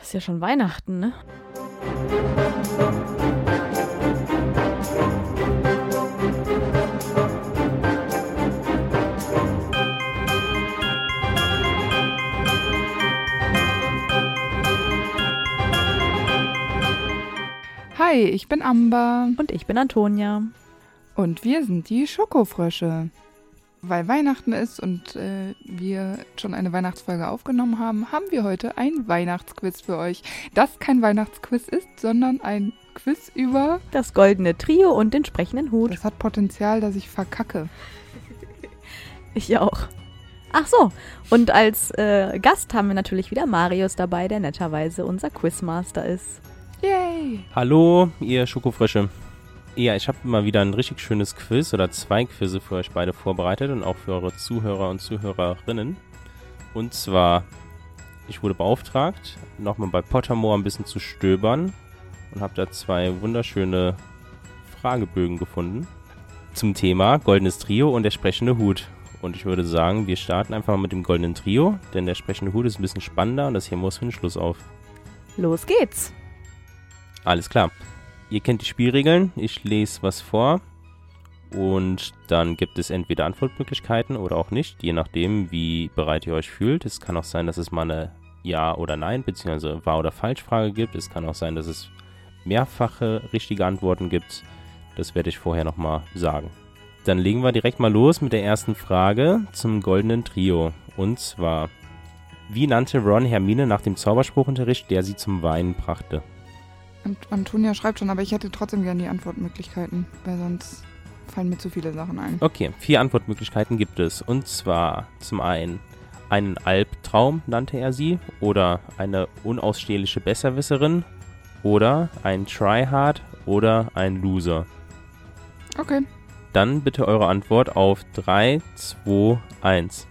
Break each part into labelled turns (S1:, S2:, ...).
S1: ist ja schon Weihnachten, ne?
S2: Hi, ich bin Amber
S1: Und ich bin Antonia.
S2: und wir sind die Schokofrösche. Weil Weihnachten ist und äh, wir schon eine Weihnachtsfolge aufgenommen haben, haben wir heute ein Weihnachtsquiz für euch. Das kein Weihnachtsquiz ist, sondern ein Quiz über.
S1: Das goldene Trio und den sprechenden Hut.
S2: Das hat Potenzial, dass ich verkacke.
S1: Ich auch. Ach so, und als äh, Gast haben wir natürlich wieder Marius dabei, der netterweise unser Quizmaster ist.
S2: Yay!
S3: Hallo, ihr Schokofrösche. Ja, ich habe mal wieder ein richtig schönes Quiz oder zwei Quizze für euch beide vorbereitet und auch für eure Zuhörer und Zuhörerinnen. Und zwar, ich wurde beauftragt, nochmal bei Pottermore ein bisschen zu stöbern und habe da zwei wunderschöne Fragebögen gefunden zum Thema Goldenes Trio und der sprechende Hut. Und ich würde sagen, wir starten einfach mal mit dem Goldenen Trio, denn der sprechende Hut ist ein bisschen spannender und das hier muss für den Schluss auf.
S1: Los geht's!
S3: Alles klar. Ihr kennt die Spielregeln. Ich lese was vor. Und dann gibt es entweder Antwortmöglichkeiten oder auch nicht, je nachdem, wie bereit ihr euch fühlt. Es kann auch sein, dass es mal eine Ja- oder Nein- bzw. Wahr- oder Falsch-Frage gibt. Es kann auch sein, dass es mehrfache richtige Antworten gibt. Das werde ich vorher nochmal sagen. Dann legen wir direkt mal los mit der ersten Frage zum goldenen Trio. Und zwar, wie nannte Ron Hermine nach dem Zauberspruchunterricht, der sie zum Weinen brachte?
S2: Und Antonia schreibt schon, aber ich hätte trotzdem gerne die Antwortmöglichkeiten, weil sonst fallen mir zu viele Sachen ein.
S3: Okay, vier Antwortmöglichkeiten gibt es. Und zwar zum einen einen Albtraum nannte er sie oder eine unausstehliche Besserwisserin oder ein Tryhard oder ein Loser.
S2: Okay.
S3: Dann bitte eure Antwort auf 3, 2, 1.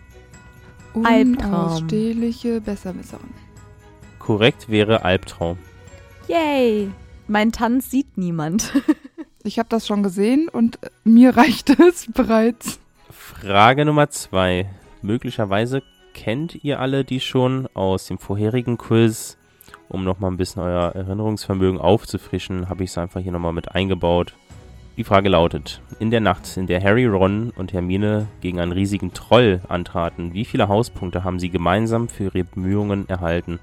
S1: Albtraum.
S2: Unausstehliche Besserwisserin.
S3: Korrekt wäre Albtraum.
S1: Yay! Mein Tanz sieht niemand.
S2: Ich habe das schon gesehen und äh, mir reicht es bereits.
S3: Frage Nummer 2. Möglicherweise kennt ihr alle die schon aus dem vorherigen Quiz. Um nochmal ein bisschen euer Erinnerungsvermögen aufzufrischen, habe ich es einfach hier nochmal mit eingebaut. Die Frage lautet, in der Nacht, in der Harry, Ron und Hermine gegen einen riesigen Troll antraten, wie viele Hauspunkte haben sie gemeinsam für ihre Bemühungen erhalten?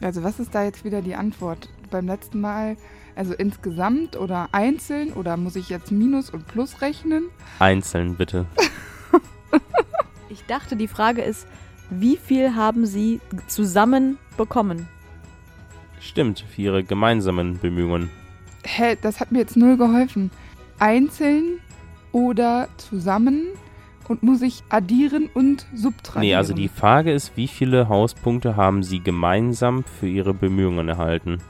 S2: Also was ist da jetzt wieder die Antwort? Beim letzten Mal, also insgesamt oder einzeln oder muss ich jetzt Minus und Plus rechnen?
S3: Einzeln bitte.
S1: Ich dachte, die Frage ist, wie viel haben sie zusammen bekommen?
S3: Stimmt, für ihre gemeinsamen Bemühungen.
S2: Hä, das hat mir jetzt null geholfen. Einzeln oder zusammen und muss ich addieren und subtrahieren?
S3: Nee, also die Frage ist, wie viele Hauspunkte haben sie gemeinsam für ihre Bemühungen erhalten?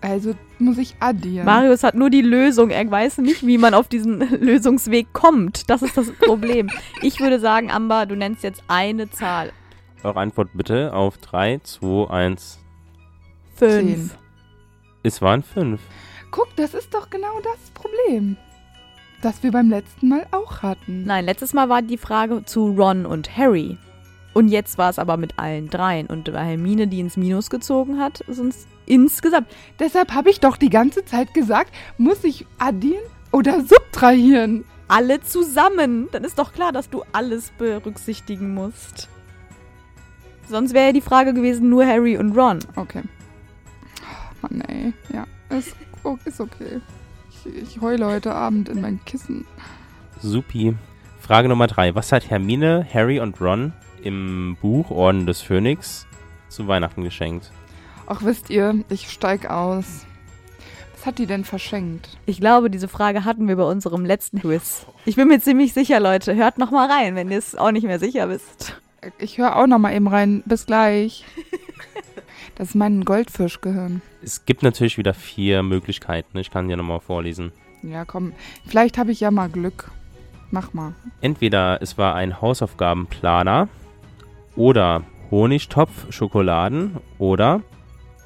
S2: Also muss ich addieren.
S1: Marius hat nur die Lösung. Er weiß nicht, wie man auf diesen Lösungsweg kommt. Das ist das Problem. Ich würde sagen, Amber, du nennst jetzt eine Zahl.
S3: Eure Antwort bitte auf 3, 2, 1.
S1: Fünf.
S3: Es waren 5.
S2: Guck, das ist doch genau das Problem, das wir beim letzten Mal auch hatten.
S1: Nein, letztes Mal war die Frage zu Ron und Harry. Und jetzt war es aber mit allen dreien. Und bei Hermine, die ins Minus gezogen hat, sind es insgesamt.
S2: Deshalb habe ich doch die ganze Zeit gesagt, muss ich addieren oder subtrahieren?
S1: Alle zusammen. Dann ist doch klar, dass du alles berücksichtigen musst. Sonst wäre ja die Frage gewesen, nur Harry und Ron.
S2: Okay. Oh, Mann, ey. Ja, ist, o- ist okay. Ich, ich heule heute Abend in mein Kissen.
S3: Supi. Frage Nummer 3. Was hat Hermine, Harry und Ron im Buch Orden des Phönix zu Weihnachten geschenkt?
S2: Ach, wisst ihr, ich steig aus. Was hat die denn verschenkt?
S1: Ich glaube, diese Frage hatten wir bei unserem letzten Quiz. Ich bin mir ziemlich sicher, Leute. Hört noch mal rein, wenn ihr es auch nicht mehr sicher wisst.
S2: Ich höre auch noch mal eben rein. Bis gleich. Das ist mein Goldfischgehirn.
S3: Es gibt natürlich wieder vier Möglichkeiten. Ich kann dir nochmal vorlesen.
S2: Ja, komm. Vielleicht habe ich ja mal Glück. Mach mal.
S3: Entweder es war ein Hausaufgabenplaner oder Honigtopf, Schokoladen oder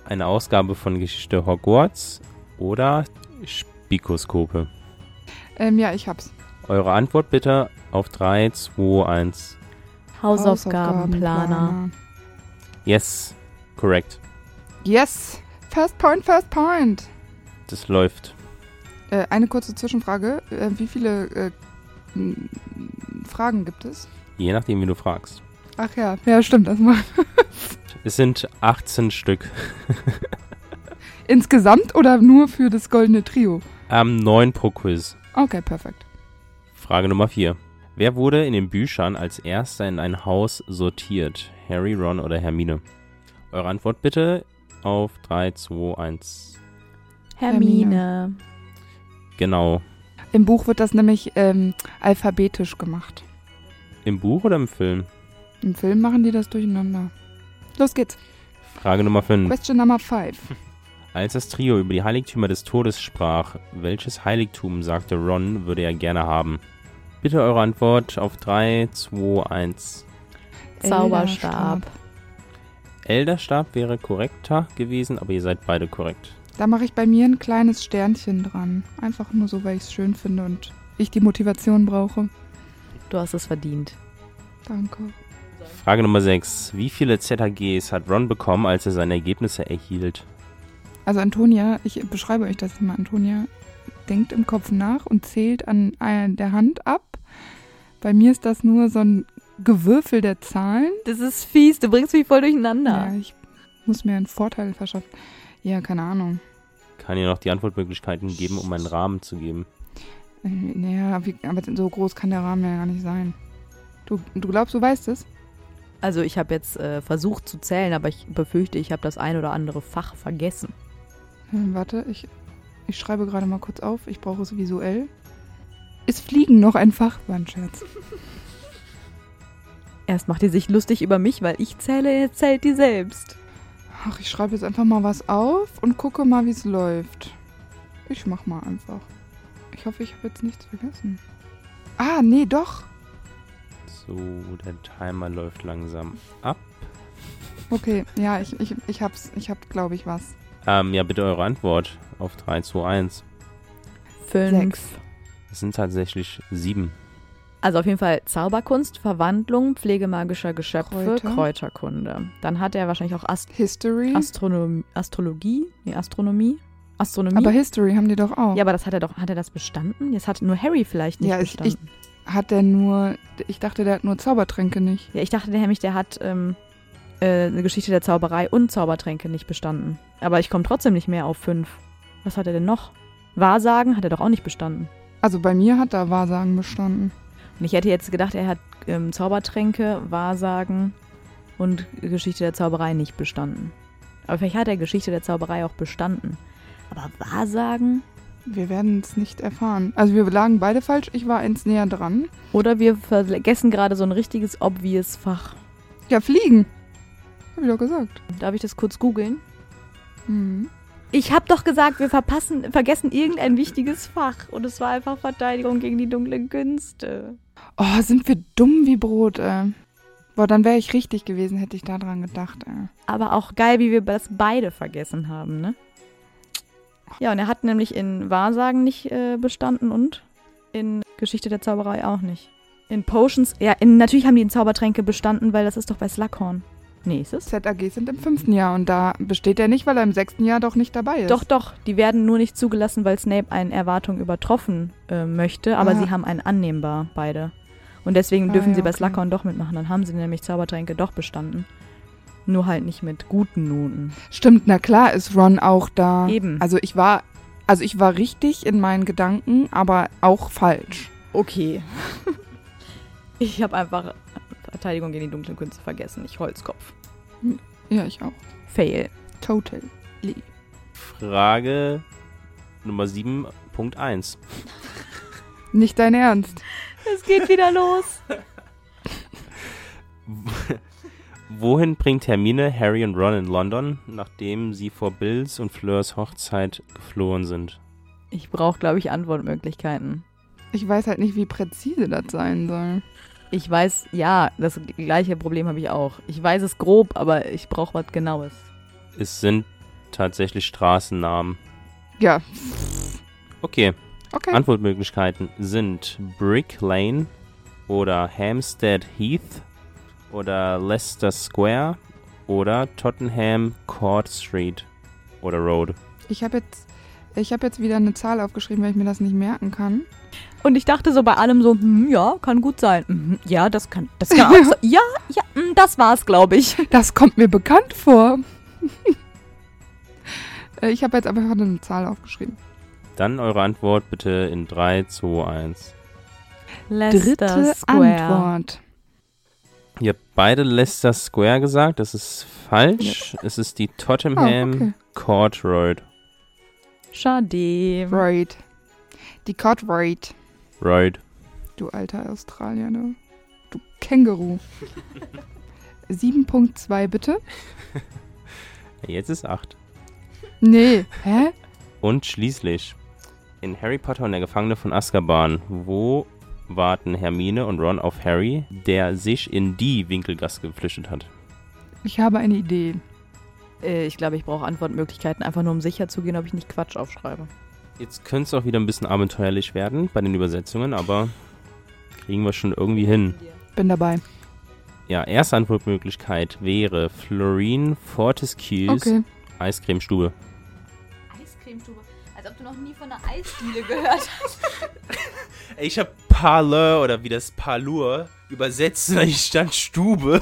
S3: eine Ausgabe von Geschichte Hogwarts oder Spikoskope.
S2: Ähm, ja, ich hab's.
S3: Eure Antwort bitte auf 3, 2, 1.
S1: Hausaufgabenplaner.
S3: Yes, korrekt.
S2: Yes! First point, first point!
S3: Das läuft.
S2: Äh, eine kurze Zwischenfrage. Äh, wie viele äh, m- Fragen gibt es?
S3: Je nachdem, wie du fragst.
S2: Ach ja, ja, stimmt, das mal.
S3: Es sind 18 Stück.
S2: Insgesamt oder nur für das goldene Trio?
S3: Ähm, 9 pro Quiz.
S2: Okay, perfekt.
S3: Frage Nummer 4. Wer wurde in den Büchern als erster in ein Haus sortiert? Harry, Ron oder Hermine? Eure Antwort bitte auf 3, 2, 1.
S1: Hermine.
S3: Genau.
S2: Im Buch wird das nämlich ähm, alphabetisch gemacht.
S3: Im Buch oder im Film?
S2: Im Film machen die das durcheinander. Los geht's.
S3: Frage Nummer 5.
S2: Question number five.
S3: Als das Trio über die Heiligtümer des Todes sprach, welches Heiligtum, sagte Ron, würde er gerne haben? Bitte eure Antwort auf 3, 2, 1.
S1: Zauberstab.
S3: Elderstab wäre korrekter gewesen, aber ihr seid beide korrekt.
S2: Da mache ich bei mir ein kleines Sternchen dran. Einfach nur so, weil ich es schön finde und ich die Motivation brauche.
S1: Du hast es verdient.
S2: Danke.
S3: Frage Nummer 6. Wie viele ZAGs hat Ron bekommen, als er seine Ergebnisse erhielt?
S2: Also Antonia, ich beschreibe euch das mal. Antonia denkt im Kopf nach und zählt an einer der Hand ab. Bei mir ist das nur so ein Gewürfel der Zahlen.
S1: Das ist fies, du bringst mich voll durcheinander.
S2: Ja, ich muss mir einen Vorteil verschaffen. Ja, keine Ahnung.
S3: Kann ihr noch die Antwortmöglichkeiten geben, um einen Rahmen zu geben?
S2: Ähm, Naja, wie, aber so groß kann der Rahmen ja gar nicht sein. Du, du glaubst, du weißt es?
S1: Also ich habe jetzt äh, versucht zu zählen, aber ich befürchte, ich habe das ein oder andere Fach vergessen.
S2: Ähm, warte, ich, ich schreibe gerade mal kurz auf. Ich brauche es visuell. Ist Fliegen noch ein Fachbandscherz?
S1: Erst macht ihr sich lustig über mich, weil ich zähle, ihr zählt die selbst.
S2: Ach, ich schreibe jetzt einfach mal was auf und gucke mal, wie es läuft. Ich mach mal einfach. Ich hoffe, ich habe jetzt nichts vergessen. Ah, nee, doch.
S3: So, der Timer läuft langsam ab.
S2: Okay, ja, ich, ich, ich hab's. Ich hab, glaube ich, was.
S3: Ähm, ja, bitte eure Antwort auf 3, 2, 1.
S1: Fünf.
S2: Sechs.
S3: Es sind tatsächlich sieben.
S1: Also auf jeden Fall Zauberkunst, Verwandlung, pflegemagischer Geschöpfe,
S2: Kräuter. Hm.
S1: Kräuterkunde. Dann hat er wahrscheinlich auch Ast
S2: History.
S1: Astronom Astrologie, nee, Astronomie, Astronomie.
S2: Aber History haben die doch auch.
S1: ja, aber das hat er doch, hat er das bestanden? Jetzt hat nur Harry vielleicht nicht
S2: Ja, ich-
S1: bestanden.
S2: Hat der nur. Ich dachte, der hat nur Zaubertränke nicht.
S1: Ja, ich dachte nämlich, der hat ähm, äh, eine Geschichte der Zauberei und Zaubertränke nicht bestanden. Aber ich komme trotzdem nicht mehr auf fünf. Was hat er denn noch? Wahrsagen hat er doch auch nicht bestanden.
S2: Also bei mir hat da Wahrsagen bestanden.
S1: Und ich hätte jetzt gedacht, er hat ähm, Zaubertränke, Wahrsagen und Geschichte der Zauberei nicht bestanden. Aber vielleicht hat er Geschichte der Zauberei auch bestanden. Aber Wahrsagen?
S2: Wir werden es nicht erfahren. Also wir lagen beide falsch. Ich war eins näher dran.
S1: Oder wir vergessen gerade so ein richtiges obvious Fach.
S2: Ja, Fliegen. Hab ich doch gesagt.
S1: Darf ich das kurz googeln?
S2: Mhm.
S1: Ich habe doch gesagt, wir verpassen, vergessen irgendein wichtiges Fach. Und es war einfach Verteidigung gegen die dunklen Künste.
S2: Oh, sind wir dumm wie Brot, ey. Boah, dann wäre ich richtig gewesen, hätte ich da dran gedacht, äh. ey.
S1: Aber auch geil, wie wir das beide vergessen haben, ne? Ja, und er hat nämlich in Wahrsagen nicht äh, bestanden und in Geschichte der Zauberei auch nicht. In Potions, ja, in, natürlich haben die in Zaubertränke bestanden, weil das ist doch bei Slughorn. Nee, ist es?
S2: ZAG sind im fünften Jahr und da besteht er nicht, weil er im sechsten Jahr doch nicht dabei ist.
S1: Doch, doch, die werden nur nicht zugelassen, weil Snape eine Erwartung übertroffen äh, möchte, aber
S2: Ah.
S1: sie haben einen annehmbar, beide. Und deswegen
S2: Ah,
S1: dürfen
S2: ja,
S1: sie bei
S2: okay.
S1: Slughorn doch mitmachen, dann haben sie nämlich Zaubertränke doch bestanden. Nur halt nicht mit guten Noten.
S2: Stimmt, na klar ist Ron auch da.
S1: Eben.
S2: Also ich war, also ich war richtig in meinen Gedanken, aber auch falsch.
S1: Okay. ich habe einfach Verteidigung gegen die dunklen Künste vergessen, ich Holzkopf.
S2: Ja, ich auch.
S1: Fail.
S2: Total.
S3: Frage Nummer 7.1.
S2: Nicht dein Ernst.
S1: Es geht wieder los.
S3: Wohin bringt Hermine Harry und Ron in London, nachdem sie vor Bills und Fleurs Hochzeit geflohen sind?
S1: Ich brauche, glaube ich, Antwortmöglichkeiten.
S2: Ich weiß halt nicht, wie präzise das sein soll.
S1: Ich weiß, ja, das gleiche Problem habe ich auch. Ich weiß es grob, aber ich brauche was Genaues.
S3: Es sind tatsächlich Straßennamen.
S2: Ja,
S3: Okay,
S2: okay.
S3: Antwortmöglichkeiten sind Brick Lane oder Hampstead Heath oder Leicester Square oder Tottenham Court Street oder Road.
S2: Ich habe jetzt, ich hab jetzt wieder eine Zahl aufgeschrieben, weil ich mir das nicht merken kann.
S1: Und ich dachte so bei allem so, hm, ja, kann gut sein. Mhm, ja, das kann, das kann auch sein. Ja, ja, hm, das war's, glaube ich.
S2: Das kommt mir bekannt vor. Äh, ich habe jetzt aber gerade eine Zahl aufgeschrieben.
S3: Dann eure Antwort bitte in 3, 2, 1.
S2: Dritte Antwort.
S3: Ihr habt beide Leicester Square gesagt, das ist falsch. Es ist die Tottenham
S2: Oh, okay.
S3: Court Road.
S1: Schade.
S2: Right. Die Cod Right.
S3: Road.
S2: Du alter Australier, ne? Du Känguru. 7.2 bitte?
S3: Jetzt ist 8.
S2: Nee. Hä?
S3: Und schließlich in Harry Potter und der Gefangene von Azkaban. Wo warten Hermine und Ron auf Harry, der sich in die Winkelgasse geflüchtet hat?
S2: Ich habe eine Idee.
S1: Äh, Ich glaube, ich brauche Antwortmöglichkeiten, einfach nur um sicher zu gehen, ob ich nicht Quatsch aufschreibe.
S3: Jetzt könnte es auch wieder ein bisschen abenteuerlich werden bei den Übersetzungen, aber kriegen wir schon irgendwie hin.
S2: Bin dabei.
S3: Ja, erste Antwortmöglichkeit wäre Florine Fortescue's
S2: Okay.
S3: Eiscremestube.
S1: Eiscremestube. Als ob du noch nie von einer Eisdiele gehört hast.
S3: Ich habe Parleur oder wie das Parlur übersetzt, ich stand Stube.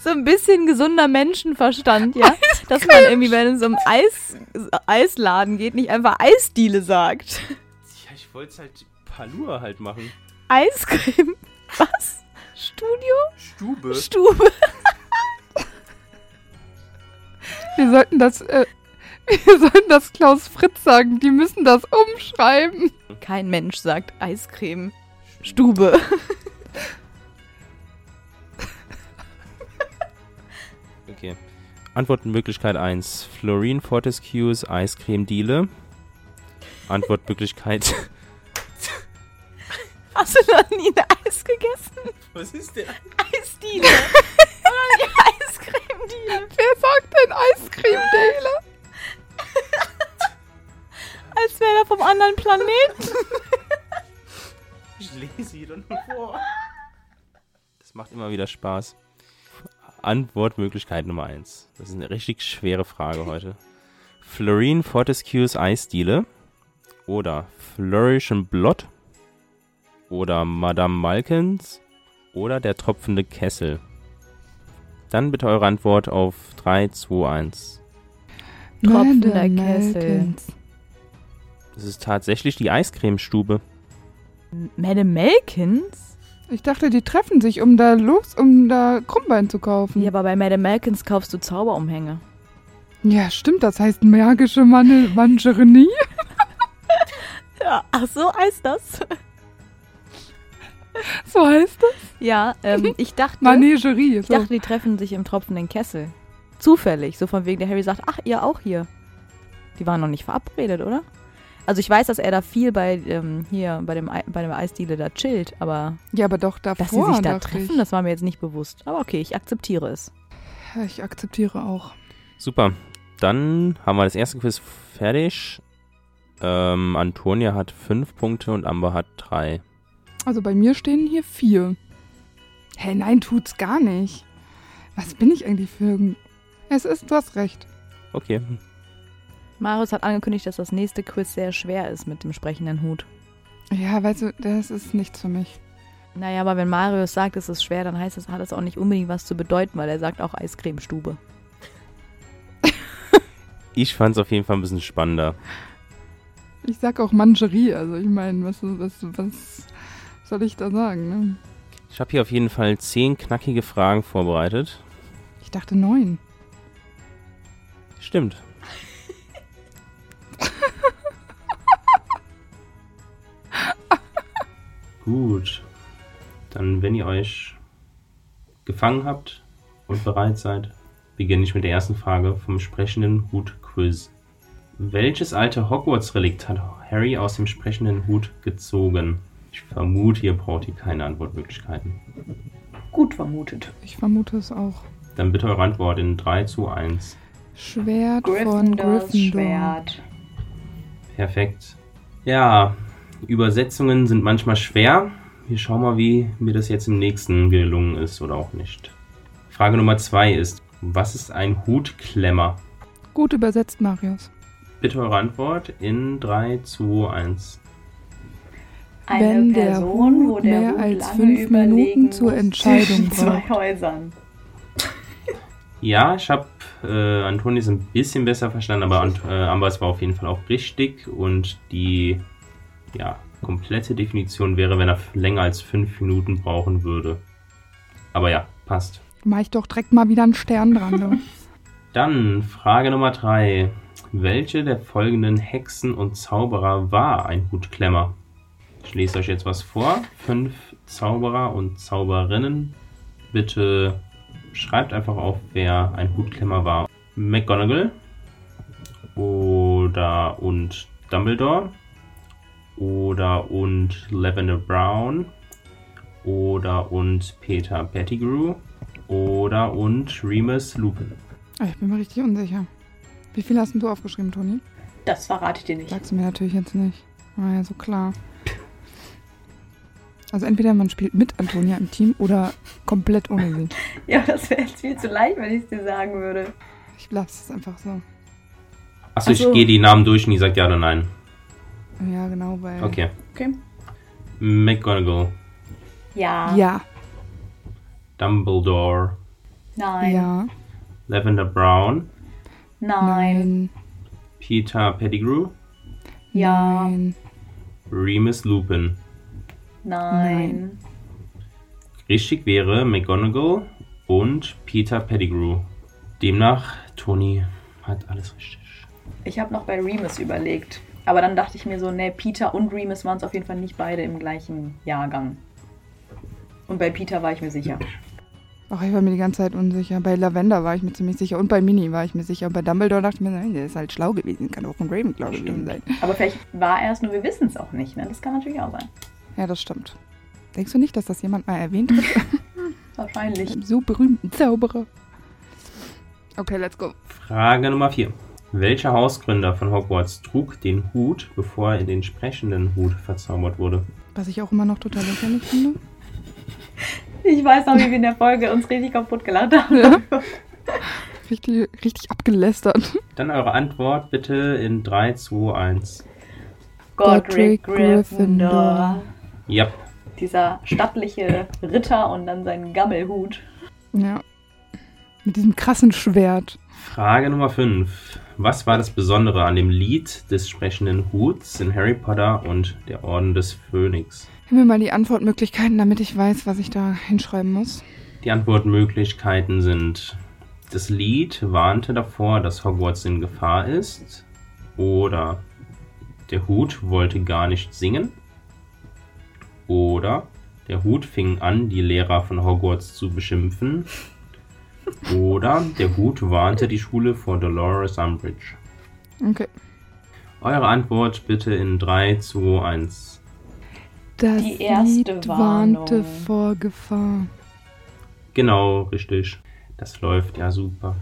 S1: So ein bisschen gesunder Menschenverstand, ja? Dass man irgendwie, wenn es um Eis, Eisladen geht, nicht einfach Eisdiele sagt.
S3: Ja, ich wollte es halt Parlur halt machen.
S1: Eiscreme. Was? Studio?
S3: Stube.
S1: Stube.
S2: Wir sollten das, äh, wir sollten das Klaus Fritz sagen. Die müssen das umschreiben.
S1: Kein Mensch sagt Eiscreme. Stube.
S3: Okay. Antwortmöglichkeit 1. Florine Fortescue's Eiscreme-Diele. Antwortmöglichkeit...
S1: Hast du noch nie ein Eis gegessen?
S3: Was ist denn?
S1: Eisdiele. Oder die Eiscreme-Diele.
S2: Wer sagt denn Eiscreme-Dale?
S1: Als wäre er vom anderen Planeten.
S3: Ich lese sie dann vor. Das macht immer wieder Spaß. Antwortmöglichkeit Nummer 1. Das ist eine richtig schwere Frage heute. Florine Fortescue's Eisdiele oder Flourish and Blot oder Madame Malkins oder der tropfende Kessel. Dann bitte eure Antwort auf 3, 2, 1.
S1: Tropfender
S2: Madame
S1: Kessel.
S2: Malkins.
S3: Das ist tatsächlich die Eiscremestube.
S1: Madame Malkins?
S2: Ich dachte, die treffen sich, um da los, um da Krummbein zu kaufen.
S1: Ja, aber bei Madame Malkins kaufst du Zauberumhänge.
S2: Ja, stimmt, das heißt magische Mandel Mangerie.
S1: Ja, ach so, heißt das?
S2: So heißt das.
S1: Ja, ähm, ich dachte,
S2: Managerie.
S1: ich
S2: So.
S1: dachte, die treffen sich im tropfenden Kessel. Zufällig, so von wegen der Harry sagt, ach, ihr auch hier. Die waren noch nicht verabredet, oder? Also ich weiß, dass er da viel bei ähm, hier bei dem Ei- bei der Eisdiele da chillt, aber
S2: ja, aber doch davor.
S1: dass sie sich da
S2: dachte
S1: treffen, ne? das war mir jetzt nicht bewusst. Aber okay, ich akzeptiere es.
S2: Ich. ich akzeptiere auch.
S3: Super. Dann haben wir das erste Quiz fertig. Ähm, Antonia hat fünf Punkte und Amber hat drei.
S2: Also bei mir stehen hier vier. Hä, nein, tut's gar nicht. Was bin ich eigentlich für ein... Es ist, du hast recht.
S3: Okay.
S1: Marius hat angekündigt, dass das nächste Quiz sehr schwer ist mit dem sprechenden Hut.
S2: Ja, weißt du, das ist nichts für mich.
S1: Naja, aber wenn Marius sagt, es ist schwer, dann heißt es, hat es auch nicht unbedingt was zu bedeuten, weil er sagt auch Eiscremestube.
S3: Ich fand es auf jeden Fall ein bisschen spannender.
S2: Ich sag auch Mangerie, also ich meine, was, was, was soll ich da sagen? Ne?
S3: Ich habe hier auf jeden Fall zehn knackige Fragen vorbereitet.
S2: Ich dachte neun.
S3: Stimmt. Gut. Dann, wenn ihr euch gefangen habt und bereit seid, beginne ich mit der ersten Frage vom sprechenden Hut-Quiz. Welches alte Hogwarts-Relikt hat Harry aus dem sprechenden Hut gezogen? Ich vermute, ihr braucht hier keine Antwortmöglichkeiten.
S4: Gut vermutet.
S2: Ich vermute es auch.
S3: Dann bitte eure Antwort in 3 zu 1.
S2: Schwert von
S4: Gryffindors
S2: Gryffindor.
S4: Schwert.
S3: Perfekt. Ja, Übersetzungen sind manchmal schwer. Wir schauen mal, wie mir das jetzt im nächsten gelungen ist oder auch nicht. Frage Nummer zwei ist, was ist ein Hutklemmer?
S2: Gut übersetzt, Marius.
S3: Bitte eure Antwort in 3, 2, 1.
S4: Eine
S2: Wenn der
S4: Person, wo
S2: Hut
S4: der
S2: mehr
S4: Hut
S2: als
S4: lange
S2: fünf
S4: überlegen
S2: Minuten zur
S4: muss
S2: Entscheidung
S4: zwischen zwei
S2: braucht.
S4: Häusern.
S3: Ja, ich habe äh, Antonis ein bisschen besser verstanden, aber Ant- äh, Ambers war auf jeden Fall auch richtig und die ja, komplette Definition wäre, wenn er f- länger als 5 Minuten brauchen würde. Aber ja, passt.
S2: Mach ich doch direkt mal wieder einen Stern dran. Du.
S3: Dann Frage Nummer 3. Welche der folgenden Hexen und Zauberer war ein Hutklemmer? Ich lese euch jetzt was vor. Fünf Zauberer und Zauberinnen. Bitte schreibt einfach auf, wer ein Hutklemmer war. McGonagall oder und Dumbledore oder und Lavender Brown oder und Peter Pettigrew oder und Remus Lupin.
S2: Ah, Ich bin mir richtig unsicher. Wie viel hast denn du aufgeschrieben, Toni?
S4: Das verrate ich dir nicht.
S2: Sagst du mir natürlich jetzt nicht. War ja so klar. Also entweder man spielt mit Antonia im Team oder komplett ohne sie.
S4: Ja, das wäre jetzt viel zu leicht, wenn ich es dir sagen würde.
S2: Ich lasse es einfach so.
S3: Achso,
S1: Ach
S3: ich
S1: so.
S3: gehe die Namen durch und die sagt ja oder nein.
S2: Ja, genau, weil...
S3: Okay.
S4: Okay.
S3: McGonagall,
S4: Ja.
S2: Ja,
S3: Dumbledore,
S4: Nein.
S2: ja,
S3: Lavender Brown,
S4: Nein.
S2: nein,
S3: Peter Pettigrew,
S4: Ja.
S2: nein.
S3: Remus Lupin.
S4: Nein.
S3: Richtig wäre McGonagall und Peter Pettigrew. Demnach, Toni hat alles richtig.
S4: Ich habe noch bei Remus überlegt. Aber dann dachte ich mir so, nee, Peter und Remus waren es auf jeden Fall nicht beide im gleichen Jahrgang. Und bei Peter war ich mir sicher.
S2: Ach, ich war mir die ganze Zeit unsicher. Bei Lavender war ich mir ziemlich sicher und bei Mini war ich mir sicher. Bei Dumbledore dachte ich mir, nein, der ist halt schlau gewesen, kann auch ein Ravenclaw gewesen sein.
S4: Aber vielleicht war er es nur, wir wissen es auch nicht. Ne? Das kann natürlich auch sein.
S2: Ja, das stimmt. Denkst du nicht, dass das jemand mal erwähnt hat?
S4: Wahrscheinlich.
S2: Einem so berühmten Zauberer. Okay, let's go.
S3: Frage Nummer 4. Welcher Hausgründer von Hogwarts trug den Hut, bevor er in den entsprechenden Hut verzaubert wurde?
S2: Was ich auch immer noch total lächerlich finde.
S4: Ich weiß noch, wie wir in der Folge uns richtig kaputt gelacht haben.
S2: Richtig, richtig abgelästert.
S3: Dann eure Antwort bitte in 3, 2, 1.
S2: Godric
S4: Godric Gryffindor.
S2: Gryffindor.
S3: Ja,
S4: Dieser stattliche Ritter und dann sein Gammelhut.
S2: Ja. Mit diesem krassen Schwert.
S3: Frage Nummer 5. Was war das Besondere an dem Lied des sprechenden Huts in Harry Potter und der Orden des Phönix?
S2: Gib mir mal die Antwortmöglichkeiten, damit ich weiß, was ich da hinschreiben muss.
S3: Die Antwortmöglichkeiten sind: Das Lied warnte davor, dass Hogwarts in Gefahr ist, oder der Hut wollte gar nicht singen, oder der Hut fing an, die Lehrer von Hogwarts zu beschimpfen, oder der Hut warnte die Schule vor Dolores Umbridge.
S2: Okay.
S3: Eure Antwort bitte in 3, 2, 1.
S2: Das
S4: Die erste
S2: Lied
S4: Warnung.
S2: warnte vor Gefahr.
S3: Genau, richtig. Das läuft ja super.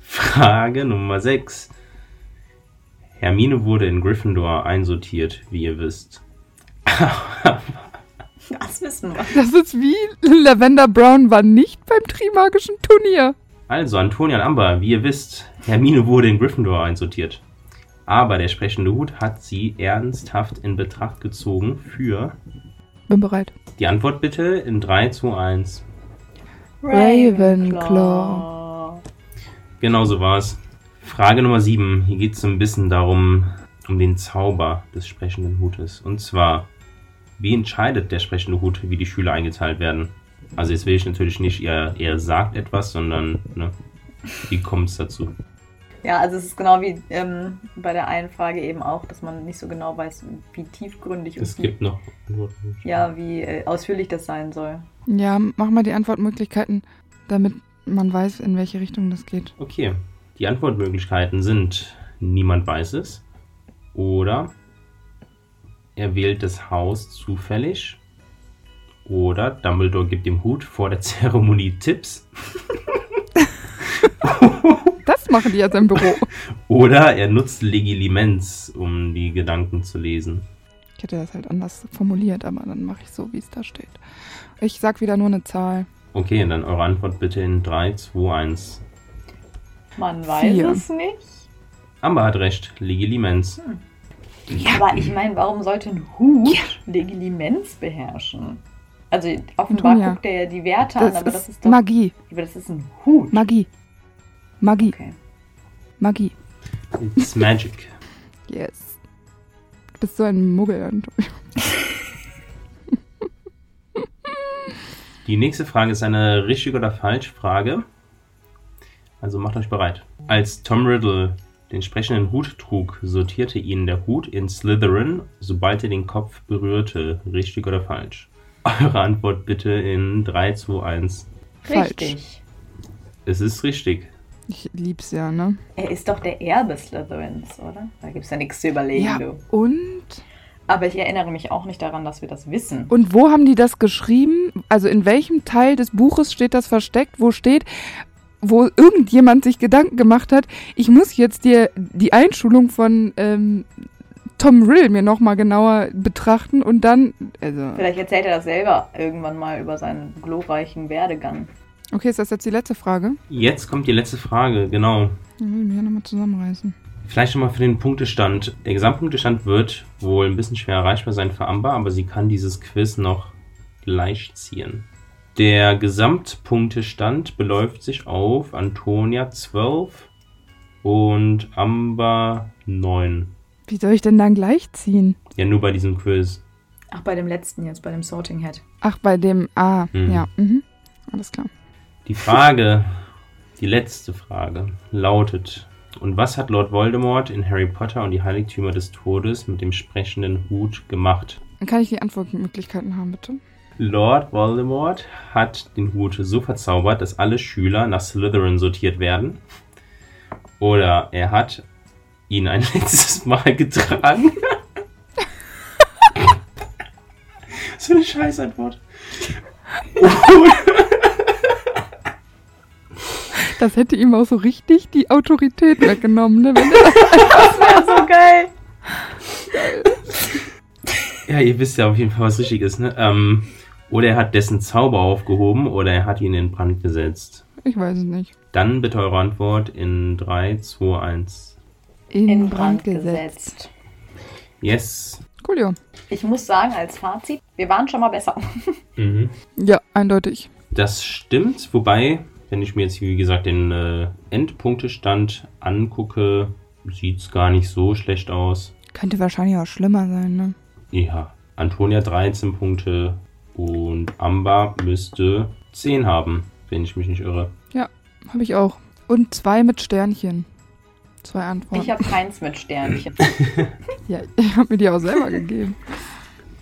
S3: Frage Nummer 6. Hermine wurde in Gryffindor einsortiert, wie ihr wisst.
S4: Das wissen wir.
S2: Das ist wie Lavender Brown war nicht beim Trimagischen Turnier.
S3: Also, Antonia und Amber, wie ihr wisst, Hermine wurde in Gryffindor einsortiert. Aber der sprechende Hut hat sie ernsthaft in Betracht gezogen für...
S2: Bin bereit.
S3: Die Antwort bitte in 3, 2, 1.
S2: Ravenclaw.
S3: Genau so war's. Frage Nummer 7. Hier geht's so ein bisschen darum, um den Zauber des sprechenden Hutes. Und zwar, wie entscheidet der sprechende Hut, wie die Schüler eingeteilt werden? Also jetzt will ich natürlich nicht, ihr, ihr sagt etwas, sondern, ne, wie kommt's dazu?
S4: Ja, also es ist genau wie ähm, bei der einen Frage eben auch, dass man nicht so genau weiß, wie tiefgründig
S3: Es
S4: und wie,
S3: gibt noch Antworten.
S4: ja, wie äh, ausführlich das sein soll.
S2: Ja, mach mal die Antwortmöglichkeiten, damit man weiß, in welche Richtung das geht.
S3: Okay, die Antwortmöglichkeiten sind, niemand weiß es, oder er wählt das Haus zufällig, oder Dumbledore gibt dem Hut vor der Zeremonie Tipps.
S2: Das machen die jetzt im Büro.
S3: Oder er nutzt Legilimens, um die Gedanken zu lesen.
S2: Ich hätte das halt anders formuliert, aber dann mache ich so, wie es da steht. Ich sag wieder nur eine Zahl.
S3: Okay, und dann eure Antwort bitte in 3, 2, 1.
S4: Man weiß
S2: Vier.
S4: es nicht.
S3: Amber hat recht. Legilimens.
S4: Aber ich meine, warum sollte ein Hut Legilimens beherrschen? Also offenbar
S2: Antonia,
S4: guckt er ja die Werte an,
S2: Oh Das,
S4: aber
S2: ist,
S4: das ist doch.
S2: Magie,
S4: aber das ist ein Hut.
S2: Magie, Magie,
S4: Okay.
S2: Magie.
S3: It's magic.
S2: Yes. Du bist so ein Muggel, Antonio.
S3: Die nächste Frage ist eine richtig oder falsch Frage. Also macht euch bereit. Als Tom Riddle den sprechenden Hut trug, sortierte ihn der Hut in Slytherin, sobald er den Kopf berührte. Richtig oder falsch? Eure Antwort bitte in 3, 2, 1.
S2: Falsch.
S4: Richtig.
S3: Es ist richtig.
S2: Ich lieb's ja, ne?
S4: Er ist doch der Erbe Slytherins, oder? Da gibt es ja nichts zu überlegen,
S2: Ja,
S4: du.
S2: und?
S4: Aber ich erinnere mich auch nicht daran, dass wir das wissen.
S2: Und wo haben die das geschrieben? Also in welchem Teil des Buches steht das versteckt? Wo steht, wo irgendjemand sich Gedanken gemacht hat, ich muss jetzt dir die Einschulung von ähm, Tom Riddle mir nochmal genauer betrachten und dann, also,
S4: Vielleicht erzählt er das selber irgendwann mal über seinen glorreichen Werdegang.
S2: okay, ist das jetzt die letzte Frage?
S3: Jetzt kommt die letzte Frage, genau.
S2: Dann will ich mich ja nochmal zusammenreißen.
S3: Vielleicht nochmal für den Punktestand. Der Gesamtpunktestand wird wohl ein bisschen schwer erreichbar sein für Amber, aber sie kann dieses Quiz noch leicht ziehen. Der Gesamtpunktestand beläuft sich auf Antonia 12 und Amber 9.
S2: Wie soll ich denn dann gleich ziehen?
S3: Ja, nur bei diesem Quiz.
S4: Ach, bei dem letzten jetzt, bei dem Sorting Head.
S2: Ach, bei dem A.
S3: Mhm.
S2: Ja, mhm. alles klar.
S3: Die Frage, die letzte Frage, lautet: Und was hat Lord Voldemort in Harry Potter und die Heiligtümer des Todes mit dem sprechenden Hut gemacht?
S2: Dann kann ich die Antwortmöglichkeiten haben, bitte.
S3: Lord Voldemort hat den Hut so verzaubert, dass alle Schüler nach Slytherin sortiert werden. Oder er hat ihn ein letztes Mal getragen. so eine Scheißantwort.
S2: Das hätte ihm auch so richtig die Autorität weggenommen, ne? Wenn er-
S4: So geil!
S3: Ja, ihr wisst ja auf jeden Fall, was richtig ist, ne? Ähm, oder er hat dessen Zauber aufgehoben oder er hat ihn in Brand gesetzt.
S2: ich weiß es nicht.
S3: Dann bitte eure Antwort in 3, 2, 1.
S4: In Brand gesetzt.
S3: Yes.
S2: Cool, ja.
S4: Ich muss sagen, als Fazit, wir waren schon mal besser.
S3: Mhm.
S2: Ja, eindeutig.
S3: Das stimmt, wobei, wenn ich mir jetzt, wie gesagt, den äh, Endpunktestand angucke, sieht es gar nicht so schlecht aus.
S2: Könnte wahrscheinlich auch schlimmer sein, ne?
S3: Ja, Antonia 13 Punkte und Amber müsste 10 haben, wenn ich mich nicht irre.
S2: Hab ich auch. Und zwei mit Sternchen. Zwei Antworten.
S4: Ich habe keins mit Sternchen.
S2: ja, ich hab mir die auch selber gegeben.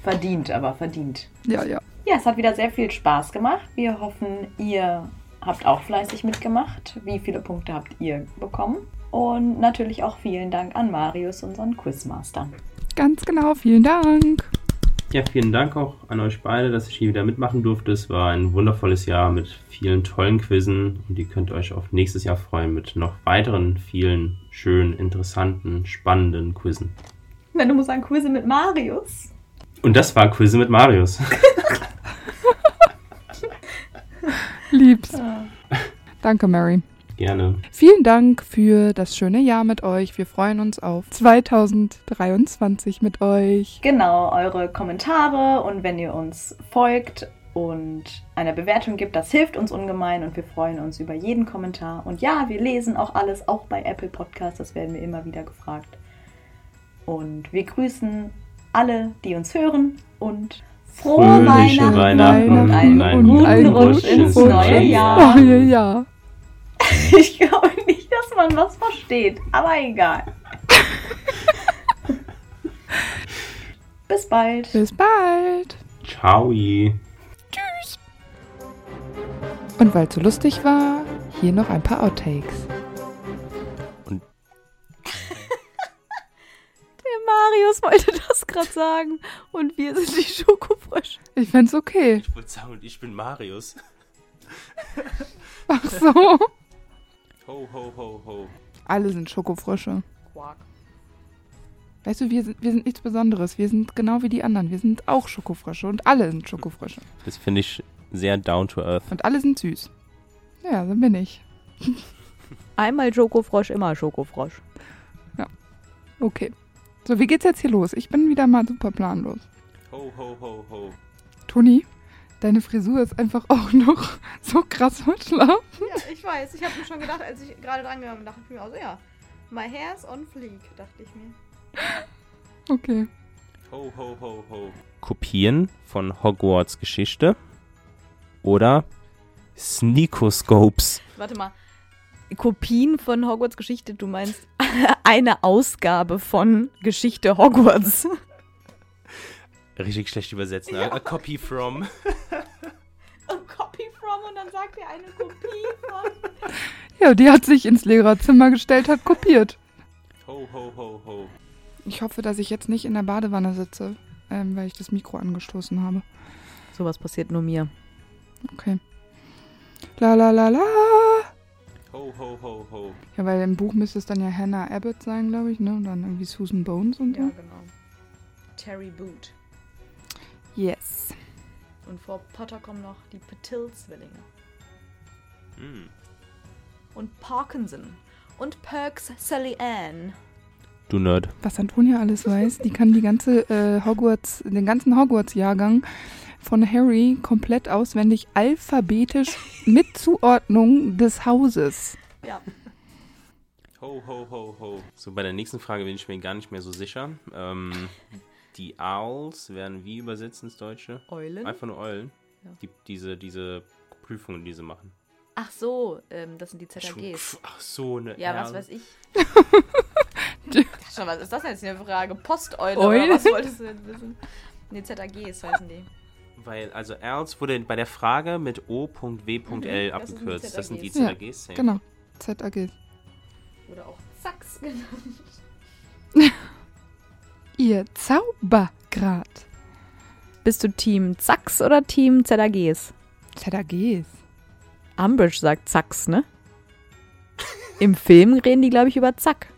S4: Verdient, aber verdient.
S2: Ja, ja.
S4: Ja, es hat wieder sehr viel Spaß gemacht. Wir hoffen, ihr habt auch fleißig mitgemacht. Wie viele Punkte habt ihr bekommen? Und natürlich auch vielen Dank an Marius, unseren Quizmaster.
S2: Ganz genau, vielen Dank.
S3: Ja, vielen Dank auch an euch beide, dass ich hier wieder mitmachen durfte. Es war ein wundervolles Jahr mit vielen tollen Quizzen und ihr könnt euch auf nächstes Jahr freuen mit noch weiteren vielen schönen, interessanten, spannenden Quizzen.
S4: Na, du musst sagen, Quizze mit Marius.
S3: Und das war Quizze mit Marius.
S2: Liebst.
S4: Ah.
S2: Danke, Mary.
S3: Gerne.
S2: Vielen Dank für das schöne Jahr mit euch. Wir freuen uns auf 2023 mit euch.
S4: Genau, eure Kommentare und wenn ihr uns folgt und eine Bewertung gibt, das hilft uns ungemein und wir freuen uns über jeden Kommentar. Und ja, wir lesen auch alles, auch bei Apple Podcasts, das werden wir immer wieder gefragt. Und wir grüßen alle, die uns hören und frohe
S3: Fröhliche
S4: Weihnachten,
S3: Weihnachten
S4: und einen
S3: und
S4: guten
S3: einen
S4: Rutsch
S3: Rutsch
S4: ins
S3: ins
S4: neue
S3: neue
S4: Jahr.
S2: Neue Jahr.
S4: Ich glaube nicht, dass man was versteht, aber egal. Bis bald.
S2: Bis bald.
S3: Ciao.
S2: Und weil es so lustig war, hier noch ein paar Outtakes.
S1: Der Marius wollte das gerade sagen. Und wir sind die Schokofrösche.
S2: Ich find's okay.
S3: Ich wollte sagen, ich bin Marius.
S2: Ach so.
S3: Ho, ho, ho, ho.
S2: Alle sind Schokofrösche. Weißt du, wir sind, wir sind nichts Besonderes. Wir sind genau wie die anderen. Wir sind auch Schokofrösche und alle sind Schokofrösche.
S3: Das finde ich sehr down to earth.
S2: Und alle sind süß. Ja, so bin ich.
S1: Einmal Schokofrosch, immer Schokofrosch.
S2: Okay. So, wie geht's jetzt hier los? Ich bin wieder mal super planlos.
S3: Ho, ho, ho, ho.
S2: Toni, deine Frisur ist einfach auch noch so krass schlau.
S1: Ja, ich weiß. Ich habe mir schon gedacht, als ich gerade dran gegangen bin, dachte ich mir, also ja, my hair's on fleek, dachte ich mir.
S2: Okay.
S3: Ho, ho, ho, ho. Kopien von Hogwarts Geschichte oder Sneakoscopes.
S1: Warte mal. Kopien von Hogwarts Geschichte, du meinst eine Ausgabe von Geschichte Hogwarts.
S3: Richtig schlecht übersetzt. ne? A copy from.
S1: Und Copy from und dann sagt ihr eine Kopie von.
S2: Ja, die hat sich ins Lehrerzimmer gestellt, hat kopiert.
S3: Ho, ho, ho, ho.
S2: Ich hoffe, dass ich jetzt nicht in der Badewanne sitze, ähm, weil ich das Mikro angestoßen habe.
S1: Sowas passiert nur mir.
S2: Okay. La la la la.
S3: Ho, ho, ho, ho.
S2: Ja, weil im Buch müsste es dann ja Hannah Abbott sein, glaube ich, ne? Und dann irgendwie Susan Bones und so.
S1: genau. Terry Boot.
S2: Yes.
S1: Und vor Potter kommen noch die Petil-Zwillinge.
S3: Hm.
S1: Und Parkinson. Und Perks Sally Ann.
S3: Du Nerd.
S2: Was Antonia alles weiß, die kann die ganze äh, Hogwarts, den ganzen Hogwarts-Jahrgang von Harry komplett auswendig alphabetisch mit Zuordnung des Hauses.
S1: Ja.
S3: Ho, ho, ho, ho. So, bei der nächsten Frage bin ich mir gar nicht mehr so sicher. Ähm, die Owls werden wie übersetzt ins Deutsche?
S1: Eulen?
S3: Einfach nur Eulen.
S1: Ja.
S3: Die, diese, diese Prüfungen, die sie machen.
S1: Ach so, ähm, das sind die ZAGs.
S3: Entschuldigung. Ach so, ne.
S1: Ja, was weiß ich. Schon, was ist das denn jetzt für eine Frage? Posteule
S2: Eule?
S1: oder was wolltest du denn wissen? Nee, ZAGs heißen die.
S3: Weil, also Owls wurde bei der Frage mit
S1: Mhm.
S3: O.W.L
S1: das sind die
S3: abgekürzt. Das sind die
S2: ZAGs.
S3: ZAGs. ja.
S2: Genau. ZAG.
S1: Oder auch Zacks genau. genannt.
S2: Ihr Zaubergrad.
S1: Bist du Team Zacks oder Team ZAGs?
S2: ZAGs.
S1: Umbridge sagt Zacks, ne? Im Film reden die, glaube ich, über Zack.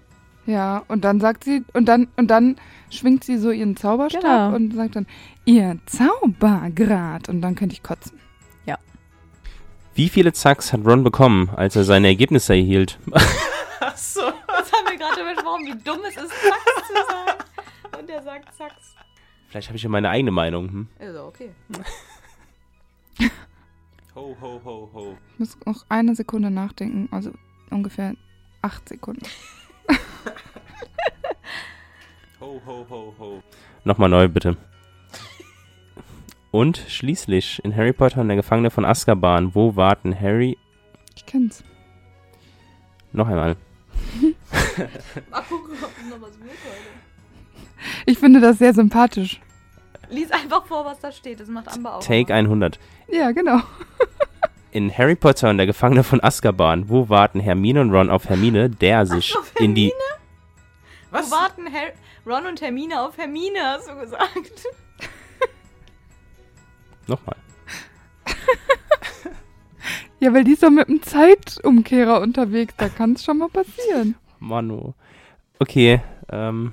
S2: Ja, und dann sagt sie, und dann, und dann schwingt sie so ihren Zauberstab
S1: Genau.
S2: und sagt dann, ihr Zaubergrad. Und dann könnte ich kotzen.
S3: Wie viele Zacks hat Ron bekommen, als er seine Ergebnisse erhielt?
S1: Das haben wir gerade besprochen, wie dumm es ist, Zacks zu sagen. Und er sagt Zacks.
S3: Vielleicht habe ich ja meine eigene Meinung. Hm?
S1: Also, okay.
S3: Ho, ho, ho, ho.
S2: Ich muss noch eine Sekunde nachdenken, also ungefähr acht Sekunden.
S3: Ho, ho, ho, ho. Nochmal neu, bitte. Und schließlich in Harry Potter und der Gefangene von Azkaban. Wo warten Harry?
S2: Ich kenn's.
S3: Noch einmal.
S1: Mal gucken, ob es noch was wird heute.
S2: Ich finde das sehr sympathisch.
S1: Lies einfach vor, was da steht. Das macht Amber auch.
S3: Take
S1: immer.
S3: 100.
S2: Ja, genau.
S3: In Harry Potter und der Gefangene von Azkaban. Wo warten Hermine und Ron auf Hermine, der sich
S1: auf
S3: in die...
S1: Wo warten Her Ron und Hermine auf Hermine, hast du gesagt?
S3: Nochmal.
S2: Ja, weil die ist doch mit einem Zeitumkehrer unterwegs. Da kann's schon mal passieren.
S3: Manu. oh. Okay, ähm.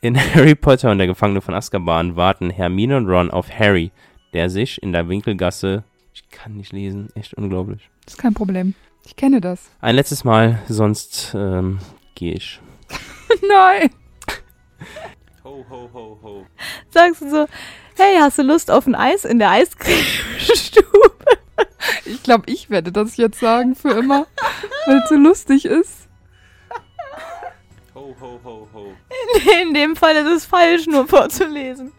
S3: In Harry Potter und der Gefangene von Azkaban warten Hermine und Ron auf Harry, der sich in der Winkelgasse. Ich kann nicht lesen, echt unglaublich.
S2: Das ist kein Problem. Ich kenne das.
S3: Ein letztes Mal, sonst ähm, gehe ich.
S2: Nein.
S3: Ho, ho, ho, ho.
S1: Sagst du so, hey, hast du Lust auf ein Eis in der Eiscremestube?
S2: Ich glaube, ich werde das jetzt sagen für immer, weil es so lustig ist.
S3: Ho, ho, ho, ho.
S1: In dem Fall ist es falsch, nur vorzulesen.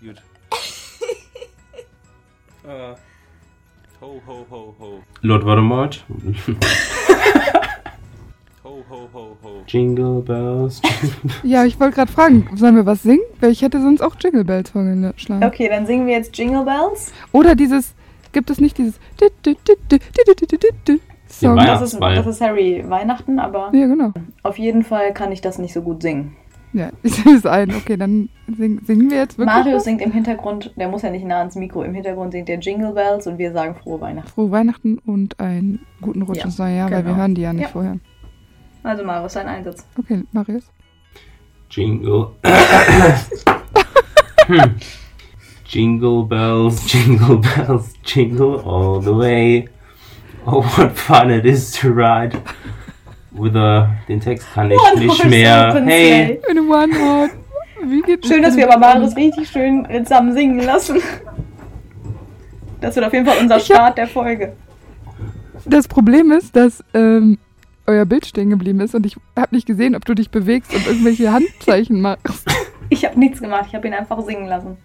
S3: Gut. Ho, ho, ho, ho. Lord Voldemort. ho, ho, ho, ho. Jingle Bells.
S2: Ja, ich wollte gerade fragen, sollen wir was singen? Weil ich hätte sonst auch Jingle Bells vorgeschlagen.
S3: Mhm.
S4: Okay, dann singen wir jetzt Jingle Bells.
S2: Oder dieses, gibt es nicht dieses dü- dü- dü- dü- dü- dü- dü- dü- dü- Song?
S3: Ja,
S2: Ja,
S4: Das ist,
S3: zwei.
S4: das ist Harry Weihnachten, aber
S2: genau.
S4: auf jeden Fall kann ich das nicht so gut singen.
S2: Ja, ich sehe es ein. Okay, dann sing, singen wir jetzt wirklich
S4: Mario
S2: was?
S4: singt im Hintergrund, der muss ja nicht nah ans Mikro, im Hintergrund singt der Jingle Bells und wir sagen frohe Weihnachten.
S2: frohe Weihnachten und einen guten Rutsch
S4: Ja,
S2: ins neue Jahr, weil wir
S4: genau.
S2: hören die ja nicht
S4: Ja.
S2: vorher.
S4: Also Marius, dein Einsatz.
S2: Okay, Marius.
S3: Jingle. jingle bells, jingle bells, jingle all the way. Oh, what fun it is to ride. With a, den Text kann ich
S4: One
S3: nicht
S4: horse
S3: mehr.
S4: open
S3: Hey,
S4: sleigh.
S2: In one hot. Wie geht's
S4: Schön, dass wir aber Marius richtig schön zusammen singen lassen. Das wird auf jeden Fall unser
S2: Ich hab-
S4: Start der Folge.
S2: Das Problem ist, dass ähm, euer Bild stehen geblieben ist und ich habe nicht gesehen, ob du dich bewegst und irgendwelche Handzeichen machst.
S4: Ich habe nichts gemacht, ich habe ihn einfach singen lassen.